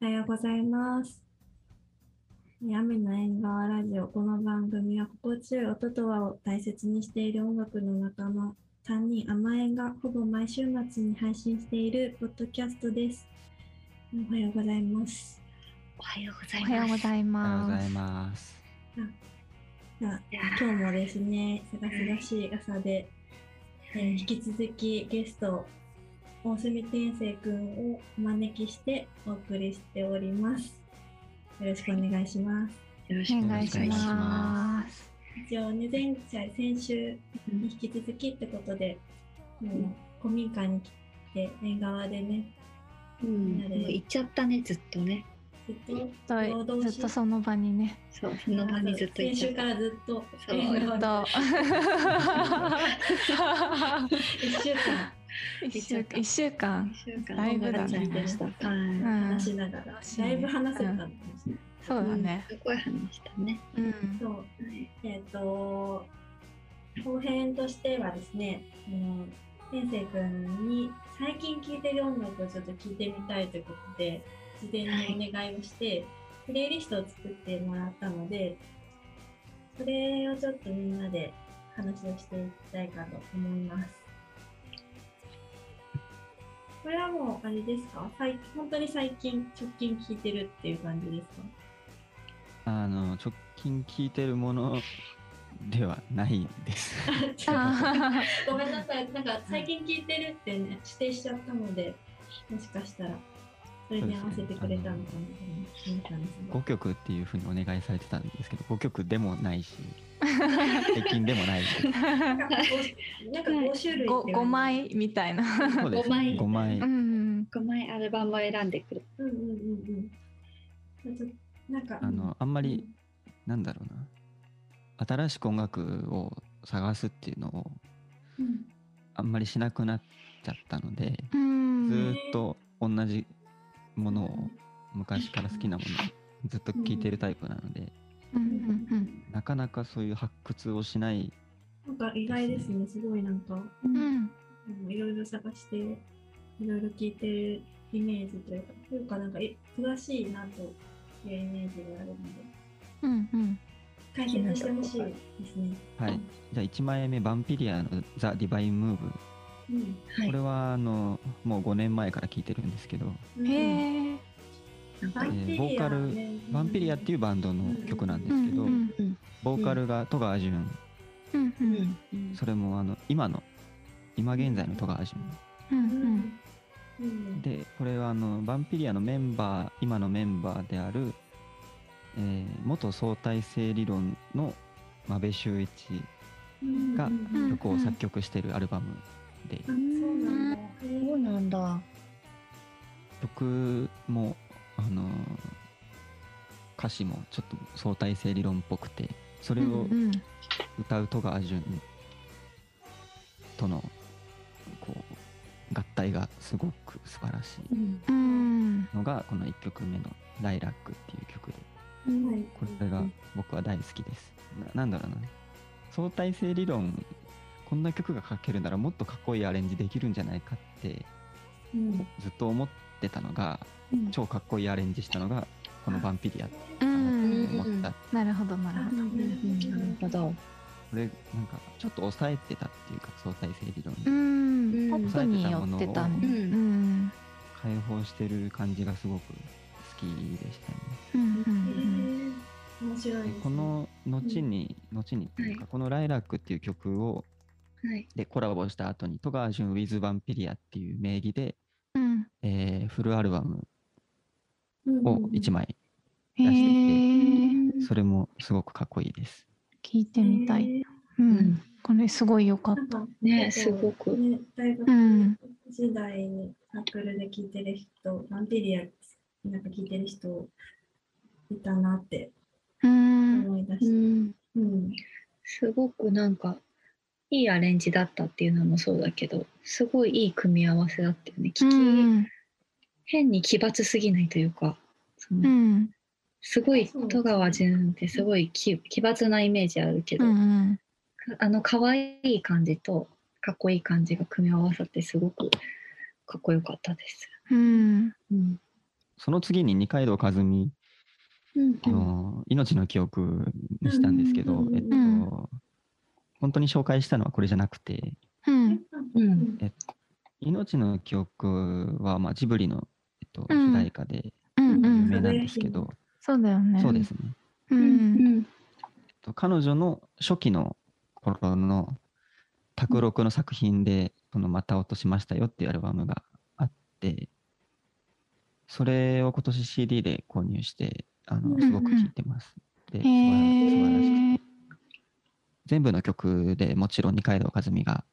おはようございます。雨の縁側ラジオ。この番組は心地よい音と和を大切にしている音楽の仲間3人甘えんがほぼ毎週末に配信しているポッドキャストです。おはようございます。おはようござおいはようまごす。ざいまおはようございす。ます。じゃあいや今日もですね、すがすがしい朝で、えー引き続きゲスト大隅天聖くんをお招きしてお送りしております。よろしくお願いします。ーよろおく願いします。一応ね前回先週うんに引き続きってことで、もう古民家に来て縁側でねうん、もう行っちゃったね、ずっとね。ずっと労と働ずっとその場にね。そう、その場にずっと行っ先ちゃ週っかた。らずっとそう縁ず側っでと1週間一週間一週間。一週間だいぶだちゃいました。はい。うん話。しながら、うんだいぶ話せたの、そうだね。すごい話したね。うん。そうはい。えっ、と後編としてはですねあの天聖くんに最近聴いてる音楽をちょっと聞いてみたいということで事前にお願いをして、プレイリストを作ってもらったのでそれをちょっとみんなで話をしていきたいかと思います。これはもうあれですか最近本当に最近直近聴いてるっていう感じですかあの直近聞いてるものではないです。 あごめんなさい、なんか最近聞いてるってね、指定しちゃったので、もしかしたら、それに合わせてくれたのかなと思ったんです5曲っていうふうにお願いされてたんですけど、5曲でもないし、最近でもな いし。が、なんか5種類五っていう五枚みたいな。そうですね。五5枚枚う。ん。 5枚アルバムを選んでくる。うんうんうんうん。ちょっとなんか、あの、あんあまり、なんだろうな。新しく音楽を探すっていうのをうん。あんまりしなくなっちゃったので、うずん。ーっと同じものを、昔から好きなものをずっと聴いてるタイプなので、うんうんなかなかそういう発掘をしないなんか意外ですね、すごいなんか、うん。ううんん。うんいろいろ探して、いろいろ聞いてるイメージというか、というかなんか、え詳しいなというイメージがあるので、うんうん。解説してほしいですね。はい、じゃあ1枚目「ヴァンピリアのザ・ディバイン・ムーブ」うんはいこれはあのもう5年前から聴いてるんですけど、うんへえ。なんかヴァンピリアねボーカルうんヴァンピリアっていうバンドの曲なんでうすけんど、うんボーカルが戸川潤うんううんん。うんそれもあの今の今現在の戸川潤ううんんうんでこれはあのヴァンピリアのメンバー今のメンバーである、えー元相対性理論の真部周一うんがうんうん曲を作曲してるアルバムであそうなんだ。そうなんだ。曲もあのー歌詞もちょっと相対性理論っぽくてそれうをん。歌う戸川純とのこう合体がすごく素晴らしうん。うん。いのがこの1曲目の「ライラック」っていう曲ではいこれが僕は大好きですななんだろうな相対性理論こんな曲が書けるならもっとかっこいいアレンジできるんじゃないかってうんずっと思ってたのがうん超かっこいいアレンジしたのがこの「ヴァンピリア」うかんなと。思った、こなるほどなるほど。うんうんなるほど。れなんかちょっと抑えてたっていうか相対性理論うにん、うポんップに寄ってたもん。ううんん、解放してる感じがすごく好きでしたね。うん、うへん、ー面白いですでね。この後に、後にっていうか、はこの「ライラック」っていう曲をはい。でコラボした後に戸川純 with ヴァンピリアっていう名義で、うん、えーフルアルバムうんを1枚、へ出してえ、きそれもすごくかっこいいです。聞いてみたい。。ううんん、これすごい良かっなんかね、すごく。ね大た。う学ん、時代にサークルで聴いてる人、ヴァンピリアなんか聴いてる人いたなってうん、思い出うした。ん。うんすごくなんかいいアレンジだったっていうのもそうだけどすごいいい組み合わせだったよね聞き、うん、変に奇抜すぎないというかそのうん、すごいそう戸川純ってすごい奇奇抜なイメージあるけど、うん、あの可愛い感じとかっこいい感じが組み合わさってすごくかっこよかったです。うん、うんその次に二階堂和美うんあの「命の記憶」にしたんですけうどん、うんえっとうん本当に紹介したのはこれじゃなくてうんうん「え命の記憶」はまあジブリの、えっと、うん主題歌でうんう有ん名なんですけど、そうだよねそうですね、ううんんえっと、彼女の初期の頃の卓録の作品で「そのまた落としましたよ」っていうアルバムがあってそれを今年 CD で購入してあうんうのんすごく聴いてます。で素へ晴ら素晴らしくてえ全部の曲でもちろん二階堂和美が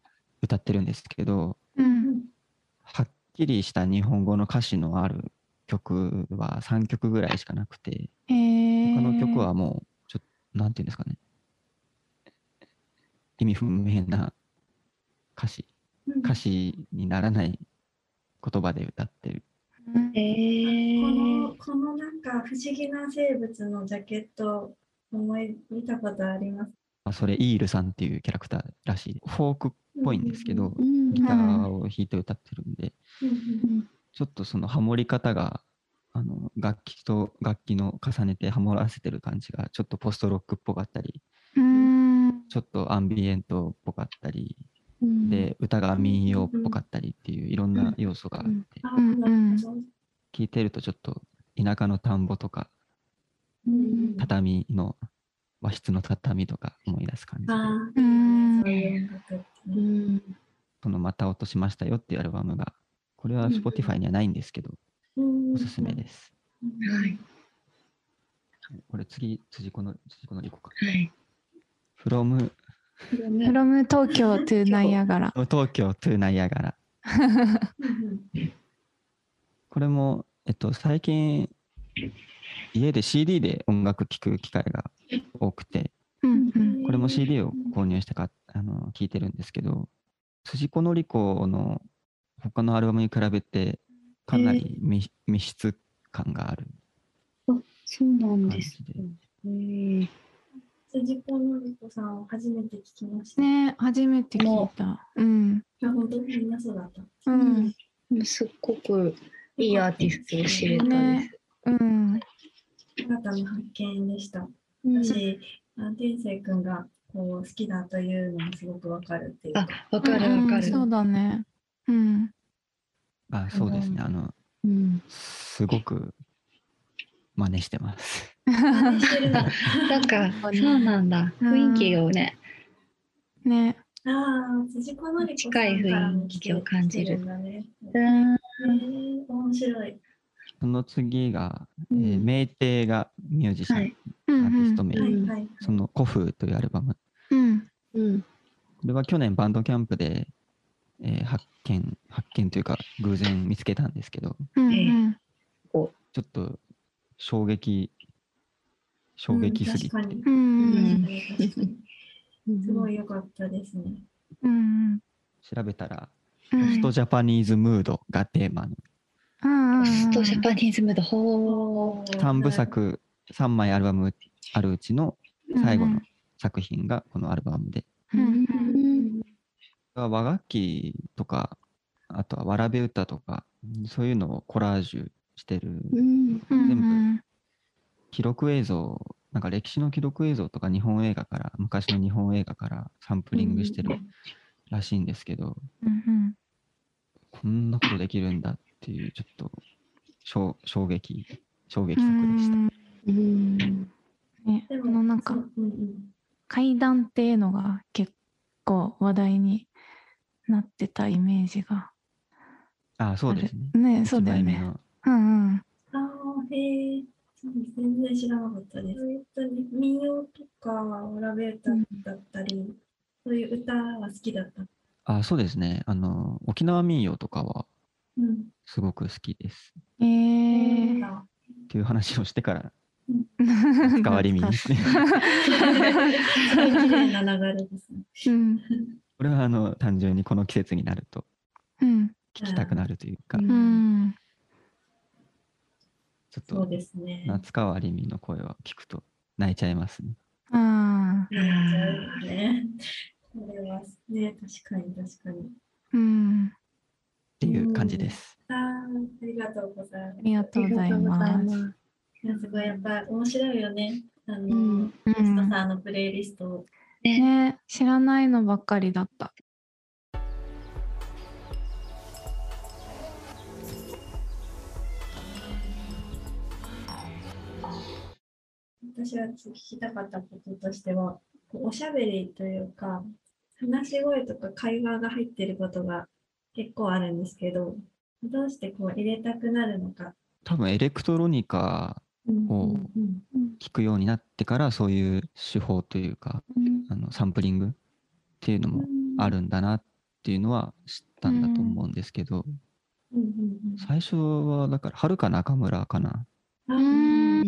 歌ってるんですけどうんはっきりした日本語の歌詞のある曲は3曲ぐらいしかなくてへえ他の曲はもうちょっとなんていうんですかね意味不明な歌詞歌詞にならない言葉で歌ってるうんえーこのこのなんか不思議な生物のジャケット思い見たことあります。まあそれイールさんっていうキャラクターらしいフォークっぽいんですけどうんギターを弾いて歌ってるんでうんうんちょっとそのハモり方があの楽器と楽器の重ねてハモらせてる感じがちょっとポストロックっぽかったりうんちょっとアンビエントっぽかったりうんで歌が民謡っぽかったりっていういろんな要素があっうんてあうんうんなるほど聴いてるとちょっと田舎の田んぼとかうん畳の和室の畳とか思い出す感じであうーんそういう音楽ってうねんその「また落としましたよ」っていうアルバムがこれうはんうん Spotify にはないんですけどおすすめで。す。うんはいこれ次辻子の辻子のりこか。はい。 from うん from 東京 to ナイアガラ東京 to ナイアガラ。これも、えっと、最近、家で CD で音楽聴く機会が多くて、うんうんこれも CD を購入してか、あの、聴いてるんですけど、辻子のり子の他のアルバムに比べて、かなり密,、密室感があるそうなん感です。じで、えー辻子のりこさんを初めて聞きました。ね初めて聞いたうんいや本当みんなそうだった。うんすっごくいいアーティストを知れたですね。うん新たな発見でした。うん私、あ天聖くんがこう好きだというのもすごくわかるっていうあか。、わかるわかうんる。そうだねうんあそうですね、うあの、うんすごく真似してます。 真似してるなあなんか、そそううねなんだ。雰囲気をね、ねあ、辻子のりこさんからも来て近い雰囲気を感じる来てんだね。うへん、ー面白い。その次が、えーうん名帝がミュージシャン、はいうんアーティスうトん名、はいうんはいはい。その古風というアルバムうんうん、これは去年バンドキャンプで、えー発見発見というか偶然見つけたんですけどうんえうんちょっと衝撃衝撃すぎて、うん確かにううんん確かにすごい。い良かったですね。うん調べたらう「んストジャパニーズムード」がテーマのうんうんストジャパニーズムード、ほー。 3部作3枚アルバムあるうちの最後うんうのん作品がこのアルバムでううんん和楽器とかあとはわらべ歌とかそういうのをコラージュしてるうん、うん全部うん記録映像なんか歴史の記録映像とか日本映画から昔の日本映画からサンプリングしてるらしいんですけど、うんこんなことできるんだっていうちょっと衝衝撃衝う撃作でした、んうん、ねこのなんかそううんうん階段っていうのが結構話題になってたイメージがああそうですねあるねそうだよ一枚目ねのうんうんああ、へえ、そう全然知らなかったです。本当に民謡とか、オラベータだったり、そういう歌は好きだった。あそうですねあの沖縄民謡とかはうん。すごく好きですえなんー、かっていう話をし てから変変わり身ですね すごい綺麗な流れですね。うんこれはあの単純にこの季節になるとうん聞きたくなるというか、うんうんちょっそうとですね。夏川りみの声を聞くと泣いちゃいますねあなっちゃうよね。これはね、確かに確かに。ーうんっていういう感じです。あーありがとうございますあ。りがとうございありまがとうございす。ます。いやすごいやっぱ面白いよね。あうの、ん、うスんタさんのプレイリストを。ね、ね、知らないのばっかりだった。私は聞きたかったこととしては、こうおしゃべりというか、話し声とか会話が入ってることが結構あるんですけど、どうしてこう入れたくなるのか。多分エレクトロニカうんおううん聞くようになってからそういう手法というかうんあのサンプリングっていうのもあるんだなっていうのは知ったんだと思うんですけど、うんうん最初はだからはるか中村かなうん。あうん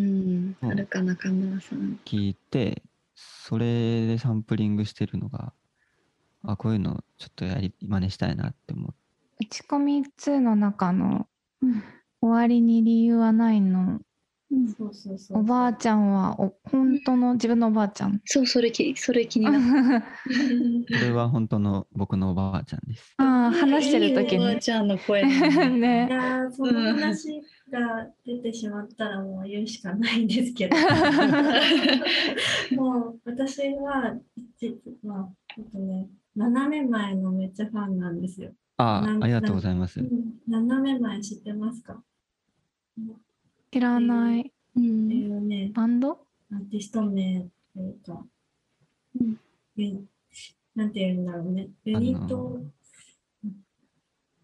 うん、はるか中村さん。聞いてそれでサンプリングしてるのがあこういうのちょっとやり真似したいなって思って打ち込み2の中の終わりに理由はないの。そうそうそう。おばあちゃんはお本当の自分のおばあちゃん。そう、それき、それ気になる。これは本当の僕のおばあちゃんです。ああ話してる時おばあに。ちゃんの声。いね。やーその話が出てしまったらもう言うしかないんですけど もう私は実は、えっとね、7年前のめっちゃファンなんですよ。あなんあありがとうございますう。ん、斜め前知ってますか知らない。っうていん、うね、バンドアーティスト名というか、うんえなんていうんだろうね、ユニット、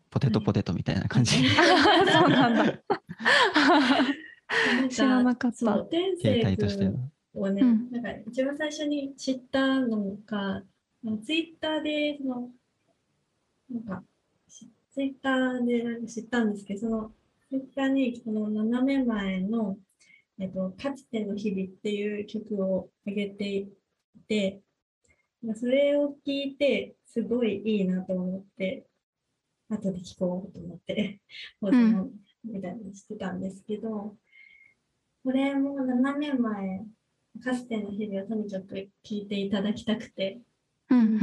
ポテトポテトみたいな 感じ。そうなんなだ。ん知らなかったそう天携性帯としては君。をね、うんなんか一番最初に知ったのが、ツイッターで、その、なんか、ツイッターでなんか知ったんですけど、その、ツイッターに、この斜め前の、えっと、かつての日々っていう曲を上げていて、まあそれを聞いて、すごいいいなと思って、後で聞こうと思って、 保存みたいにしてたんですけど、これも7年前、かつての日々をとにかく聞いていただきたくて、うんうん。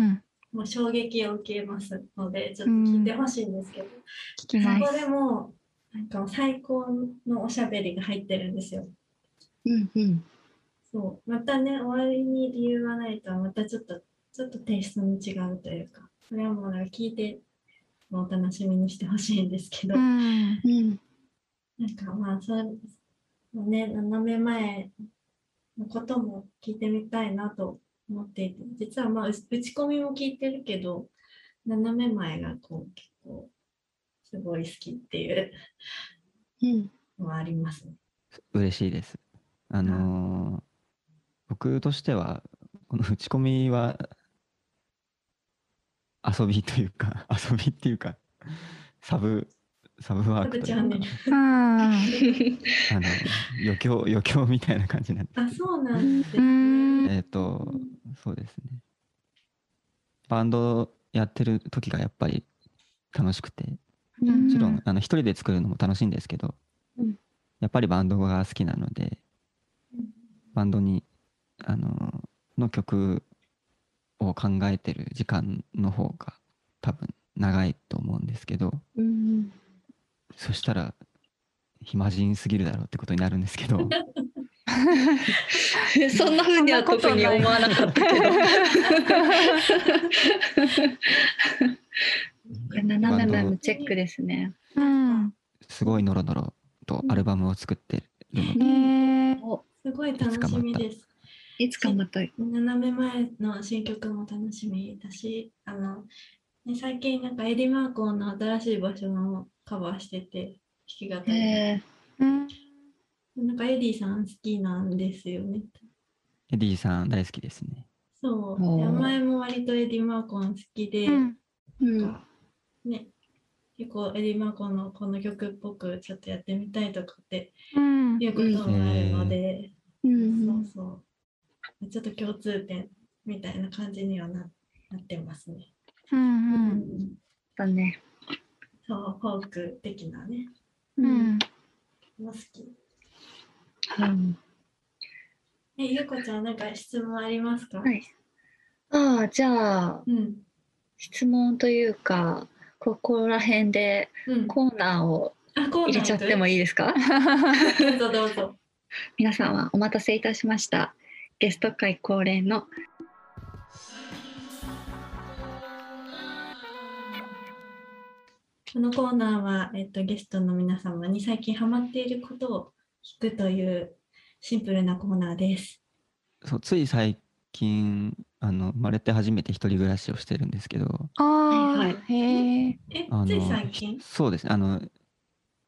もう衝撃を受けますので、ちょっと聞いてほしいんですけど、聞きまそこす。でも、なんか最高のおしゃべりが入ってるんですよ。うん、うん。そう。またね、終わりに理由はないとは、またちょっと、ちょっとテイストの違うというか、これはもうなんか聞いて、もう楽しみにしてほしいんですけど、うん。うん、なんかまあ、そう、もうね、斜め前のことも聞いてみたいなと思っていて、実はまあ、う打ち込みも聞いてるけど、斜め前がこう、結構、すごい好きっていううん、のはありますね。嬉しいです。あのー僕としてはこの打ち込みは遊びというか 遊びっていうかサブサブワークというサブかチうん。あの余興余興みたいな感じなんであ、そうなんですうね。ん。えっ、とそうですねバンドやってる時がやっぱり楽しくてうもんちろうんんあの一人で作るのも楽しいんですけど、うんやっぱりバンドが好きなのでうんバンドにあのの曲を考えてる時間の方が多分長いと思うんですけどうん、そしたら暇人すぎるだろうってことになるんですけどそんな風には特に思わなかったけど。これ斜め前のチェックですね。うん。すごいノロノロとアルバムを作ってる のでねえ。お、すごい楽しみです。いつかまた。斜め前の新曲も楽しみだし、あの、ね、最近なんかエディ・マーコンの新しい場所もカバーしてて、弾き語り。えうん。なんかエディさん好きなんですよね。エディさん大好きですね。そう。おー名前も割とエディ・マーコン好きで、うんー、うなんん、かね、結構エディ・マーコンのこの曲っぽくちょっとやってみたいとかってうん。いうこともあるので、う、そうんそう。ちょっと共通点みたいな感じにはななってますね。うん。だね。そう、フォーク的なね。う。うんも好き。うんえ、ゆうこちゃん、なんか質問ありますかはい。ああ、じゃあ、うん。質問というか、ここら辺でうん、コーナーをあコーナー入れちゃってもいいです かどうぞどうぞ。皆さんはお待たせいたしましたゲスト会恒例のこのコーナーは、えっと、ゲストの皆様に最近ハマっていることを聞くというシンプルなコーナーです。そうつい最近あの生まれて初めて一人暮らしをしてるんですけどああ、はいへえ。えあ、のつい最近そうですねあの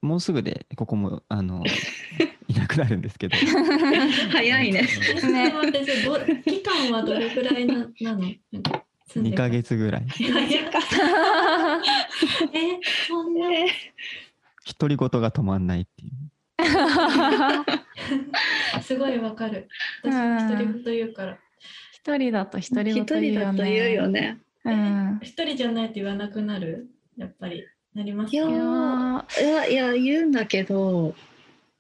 もうすぐでここも あのいなくなるんですけど早 いねえちょっと待って、それど期間はどれくらいななのなんか住ん2でるヶ月ぐらいいやいやえ、そんな。独り言が止まんないっていうすごいわかる。私も一人と言うから。一人だと一人一ごと言人うよだとね。言うよねうん。一人じゃないと言わなくなるやっぱりなりますいやいやかーいやいや言うんだけど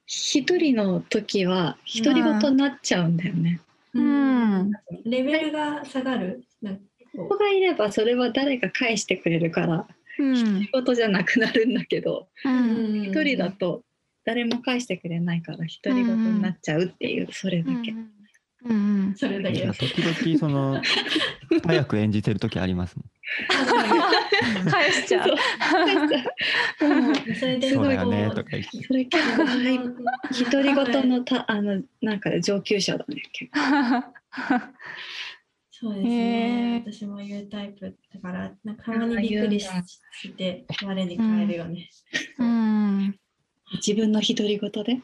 一人の時は独り言になっちゃうんだよね、うん。レベルが下がる。なんかこ子がいればそれは誰か返してくれるからうん。仕事じゃなくなるんだけどうう。ん。一一人だと誰も返してくれないから独り言になっちゃうっていうそれだけ、うん。それだいけや。時々その早く演じてる時ありますもん返しちゃう そう。うんそれでそうだこよねとか言っそてれ結構はい独り言のたあのなんか上級者だね結構そうですへねー。私も言うタイプだから、なんかたまにびっくりしあ言うんだして、我に返るよね。うん。自分の独り言で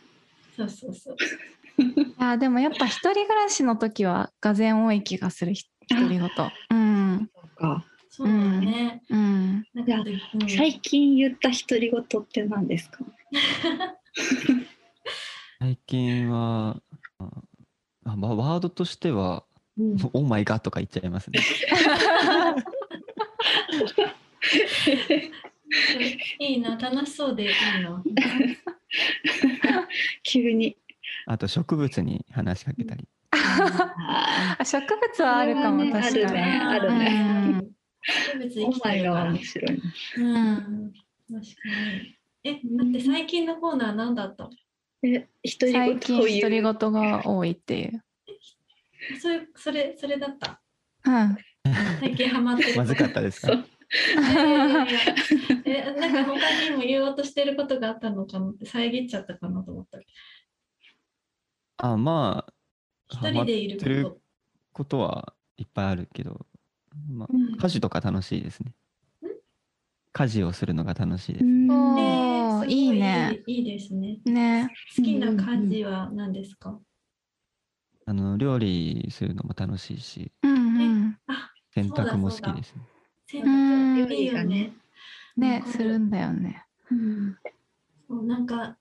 そうそうそう。いやでもやっぱ一人暮らしの時はがぜ多い気がするひ独り言。うん。そうかそうだよね。うん。なんかで、うん最近言った独り言って何ですか最近はあ、まあ、ワードとしてはうん「オーマイガー」とか言っちゃいますねいいな、楽しそうでいい な。急に あと植物に話しかけたりああ植物はあるかも、それはね確かに。あるねうん。植物生ーきてるかお前がら。面白いなうん。確かに。え、待って、最近のコーナー何だったえ独り言最近を独り言う言が多いっていう。それ、それ、それだった。うん。最近ハマってる。まずかったですそかういやいやいやいやえ、なんか他にも言おうとしてることがあったのかなって、遮っちゃったかなと思った。あまあ一人でいハマってるこることはいっぱいあるけど、まあう、ん家事とか楽しいですねん家事をするのが楽しいです、うんと。おーえーすごいいね。いいですね。ね。好きな感じは何ですかあの料理するのも楽しいしうんうん。あ、洗濯も好きですね洗うん濯いいよね。ね、うんするんだよね。うんそうなんか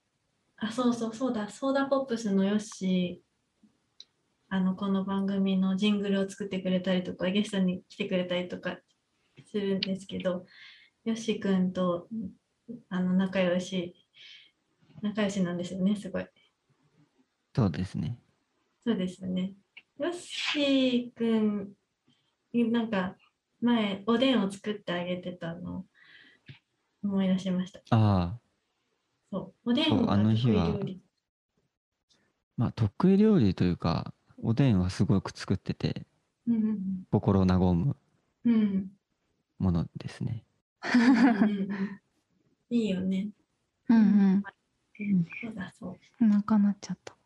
あそうそうそうだソーダポップスのヨッシーあのこの番組のジングルを作ってくれたりとかゲストに来てくれたりとかするんですけどヨッシーくんとあの仲良し仲良しなんですよねすごいそうですねそうですよねヨッシーくんなんか前おでんを作ってあげてたのを思い出しましたああそうおでんそうがあの日得意は料理まあ得意料理というかおでんはすごく作っててうんうん心和むうんうんものですねうんうんうんいいよね。うん そうだそう。うん。なかなっちゃ った。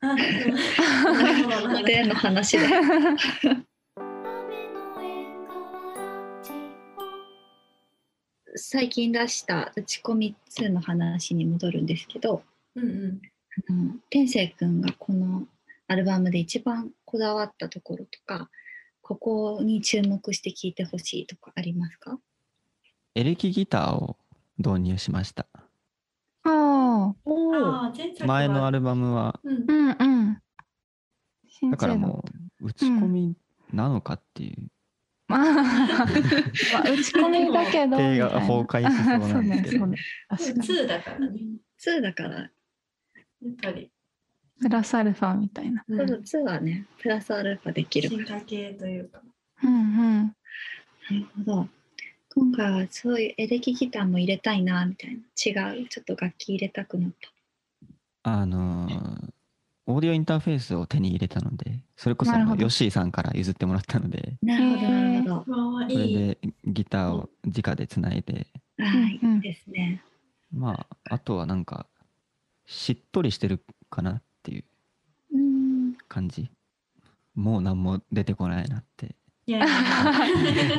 あ、おでんの話だ最近出した打ち込み2の話に戻るんですけど、うんうん。あの天聖くんがこのアルバムで一番こだわったところとか、ここに注目して聴いてほしいとかありますか？エレキギターを導入しましたおーおああ、前作は前のアルバムはうんう。んうん。新だから鮮もう打ち込みなのかっていう、まあ、まあ打ち込みだ けど。みた手がいな崩壊し そうなんですけどそうねそ2うね確かに。だからね。 2だから、やっぱり。プラスアルファみたいな。うそうん2はねプラスアルファできる。進化系というか。うんなるほど。今回はそういうエレキギターも入れたいなみたいな違うちょっと楽器入れたくなったあのーオーディオインターフェースを手に入れたので、それこそあなるのほどヨッシーさんから譲ってもらったので、なるほへどーなるほわあそれいい。でギターを直でつないで、どはい、うんうんいいですねまあ、あとはなんか、しっとりしてるかなっていううん感じ。もう何も出てこないなって、いやいや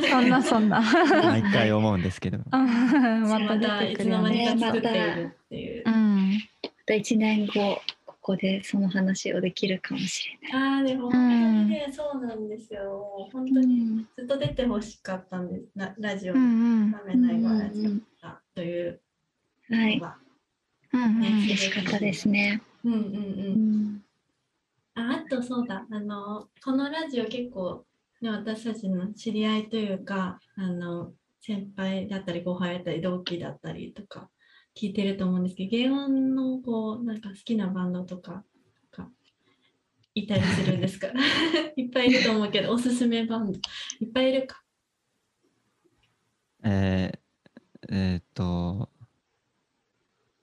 そんなそんな。毎回思うんですけど。 ままたた出いてつくるのよ間ね。にか作っているっていうう。ん。また1年後ここでその話をできるかもしれないああでも本当にね、そうなんですよ。本当にずっと出てほしかったんです。なラジオうに、ん画面ないわラうんうジんオだというはのいが。うん。うん嬉しかったですね、うんうんう。うんん、ああとそうだあのこのラジオ結構、ね、私たちの知り合いというかあの先輩だったり後輩だったり同期だったりとか聞いてると思うんですけど芸音のこうなんか好きなバンドとかがいたりするんですか いっぱいいると思うけどおすすめバンドいっぱいいるかえー、えーっと、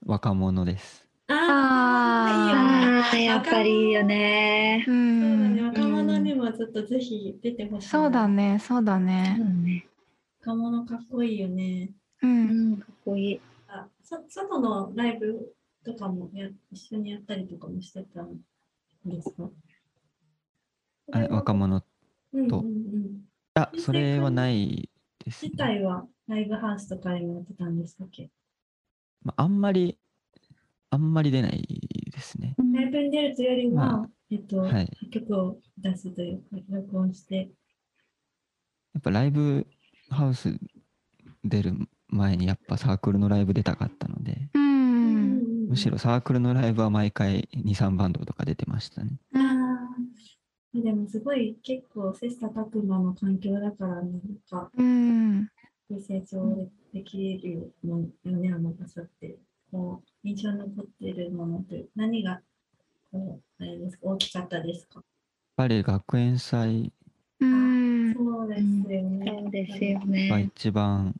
若者です。あーああやっぱりいいよねういいよねんそうだね若者にもちょっとぜひ出てほしいなそうだね、そうだそうね。だね若者かっこいいよねう。うんんかっこいいあそ外のライブとかもや一緒にやったりとかもしてたんですかあ若者。うんうんうとん。あ、それはないです、自ね。体はライブハウスとかにもやってたんですたっけまああんまり、あんまり出ないですね。ライブに出るというよりは、まえっと、はい。曲を出すというか、録音して。やっぱライブハウス出る前にやっぱサークルのライブ出たかったので、う。うんんむしろ。サークルのライブは毎回2、3バンドとか出てましたね。ああ。でもすごい結構切磋琢磨の環境だから、なんか、うん。成長できるもんよね、あの場所って。こう、印象に残っているものという、何が、こう、あれですか、大きかったですかやっぱり学園祭うん。そうですよね。そうですよはね一番、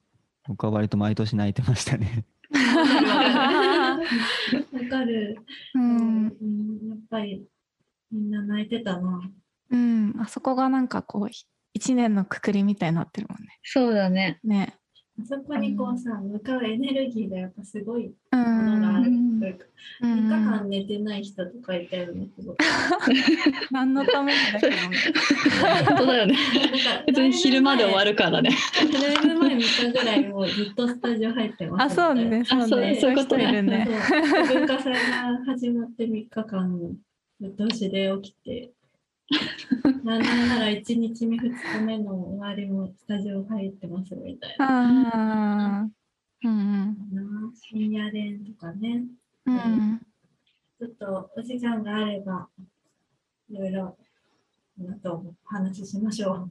僕は割と毎年泣いてましたね。 わかるわかる。う。うんん、やっぱり、みんな泣いてたな。うん。あそこがなんかこう、一年のくくりみたいになってるもんね。そうだねね。あそこにこうさ、向かうエネルギーがやっぱすごいうん。ものがあるとうんいうか、う3日ん間寝てない人とかいたよね、すごい。何のためにだけどね。本当だよね 普通に昼まで終わるから ね だいぶ前3日ぐらいもうずっとスタジオ入ってまあ、すそうね。あそうね。そうそういうことねい人いるね。そう文化祭が始まって3日間ぶっ通しで起き てなんなら1日目2日目の終わりもスタジオ入ってますみたいな。ああ。うん深夜練とかねうん。うん。ちょっとお時間があればいろいろあとお話ししましょう。は。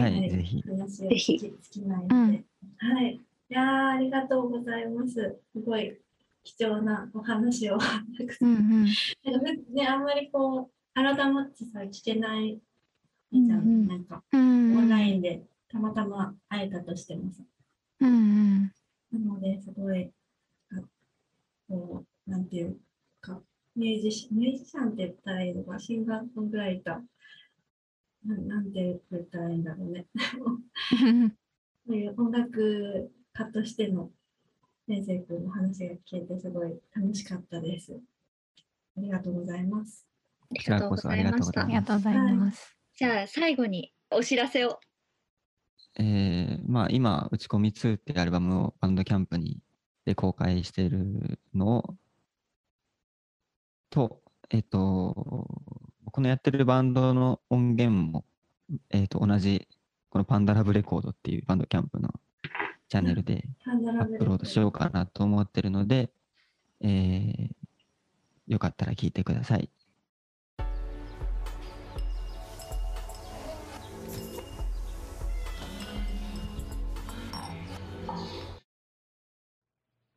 はいいぜひ話をぜひ尽きないうんので。はい。いやーありがとうございます。すごい貴重なお話をたくさうなんんんかふね、あんまりこう、改まってさ、聞けないじゃん、うんうんなんか、うん。うオん。ンラインでたまたま会えたとしてもさ。うんうん。なので、すごい、あこう、なんていうか、ミュージシミュージシャンって言ったらいいのか、シンガーソングライター、ななんて言ったらいいんだろうね。そういう音楽家としての先生君の話が聞けて、すごい楽しかったです。ありがとうございます。ありがとうございましあた ありがとうございます。じゃあ最後にお知らせをえーまあ今、打ち込み2ってアルバムをバンドキャンプにで公開しているのを、と、えっ、と、僕のやってるバンドの音源も、えっ、と、同じ、このパンダラブレコードっていうバンドキャンプのチャンネルでハンドアラブップロードしようかなと思ってるので、えーよかったら聞いてください。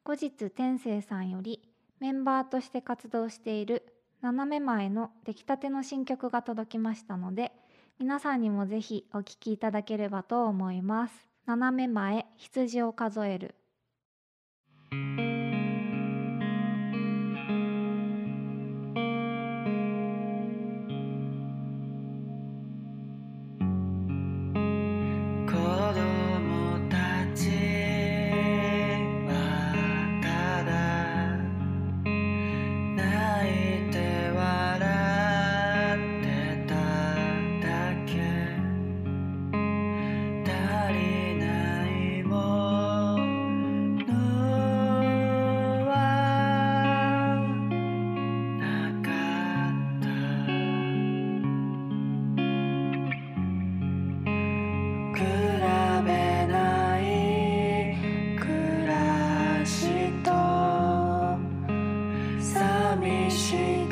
後日天聖さんよりメンバーとして活動している斜め前の出来たての新曲が届きましたので皆さんにもぜひお聴きいただければと思います斜め前羊を数える子供たちはただ泣いて笑ってただけ足りないものはなかった比べない暮らしと寂しい